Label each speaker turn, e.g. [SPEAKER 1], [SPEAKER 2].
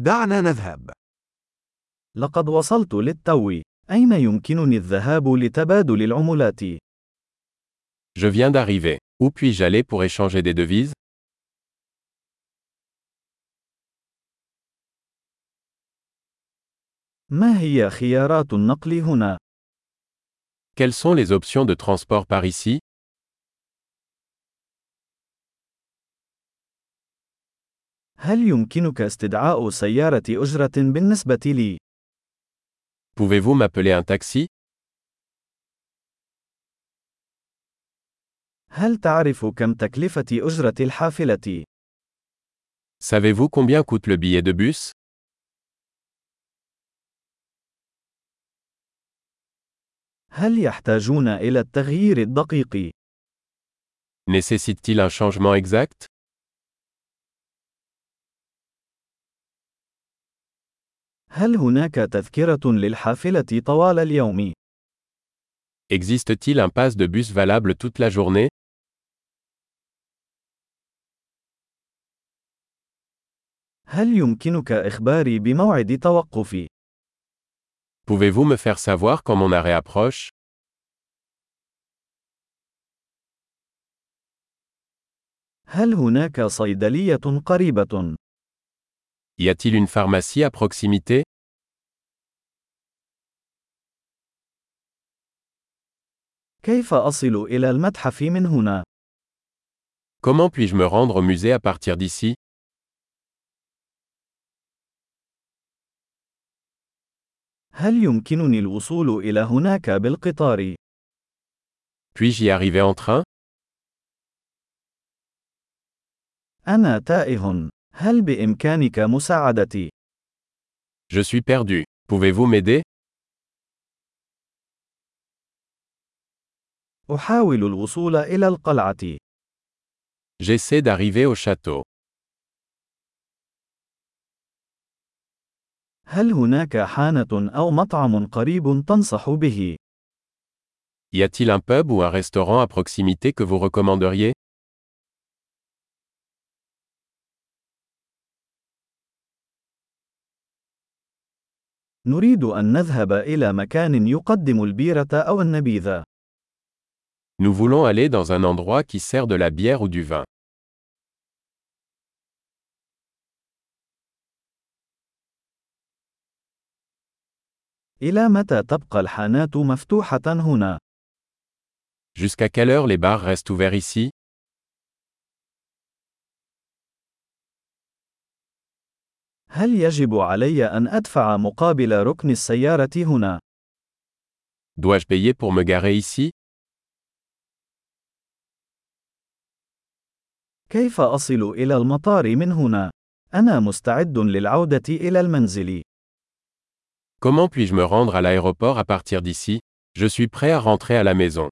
[SPEAKER 1] دعنا نذهب.
[SPEAKER 2] لقد وصلت للتو. أين يمكنني الذهاب لتبادل العملات؟
[SPEAKER 3] Je viens d'arriver. Où puis-je aller pour échanger des devises
[SPEAKER 2] ما هي خيارات النقل هنا؟
[SPEAKER 3] Quelles sont les options de transport par ici
[SPEAKER 2] هل يمكنك استدعاء سيارة أجرة بالنسبة لي؟
[SPEAKER 3] Pouvez-vous m'appeler un taxi
[SPEAKER 2] هل تعرف كم تكلفة أجرة الحافلة؟
[SPEAKER 3] Savez-vous combien coûte le billet de bus
[SPEAKER 2] هل يحتاجون إلى التغيير الدقيق؟
[SPEAKER 3] Nécessite-t-il un changement exact
[SPEAKER 2] هل هناك تذكرة للحافلة طوال اليوم؟
[SPEAKER 3] Existe-t-il un pass de bus valable toute la journée
[SPEAKER 2] هل يمكنك إخباري بموعد توقفي؟
[SPEAKER 3] Pouvez-vous me faire savoir quand mon arrêt approche
[SPEAKER 2] هل هناك صيدلية قريبة؟
[SPEAKER 3] Y a-t-il une pharmacie à proximité
[SPEAKER 2] كيف أصل إلى المتحف من هنا؟
[SPEAKER 3] Comment puis-je me rendre au musée à partir d'ici
[SPEAKER 2] هل يمكنني الوصول إلى هناك بالقطار؟
[SPEAKER 3] Puis-je y arriver en train
[SPEAKER 2] أنا تائه. هل بإمكانك مساعدتي؟
[SPEAKER 3] Je suis perdu. Pouvez-vous m'aider
[SPEAKER 2] أحاول الوصول إلى القلعة.
[SPEAKER 3] J'essaie d'arriver au château.
[SPEAKER 2] هل هناك حانة أو مطعم قريب تنصح به؟
[SPEAKER 3] Y a-t-il un pub ou un restaurant à proximité que vous recommanderiez
[SPEAKER 2] نريد أن نذهب إلى مكان يقدم البيرة أو النبيذ.
[SPEAKER 3] Nous voulons aller dans un endroit qui sert de la bière ou du vin.
[SPEAKER 2] إلى متى تبقى الحانات مفتوحة هنا؟
[SPEAKER 3] Jusqu'à quelle heure les bars restent ouverts ici
[SPEAKER 2] هل يجب علي أن أدفع مقابل ركن السيارة هنا؟
[SPEAKER 3] Dois-je payer pour me garer ici
[SPEAKER 2] كيف أصل إلى المطار من هنا؟ أنا مستعد للعودة إلى المنزل.
[SPEAKER 3] Comment puis-je me rendre à l'aéroport à partir d'ici Je suis prêt à rentrer à la maison.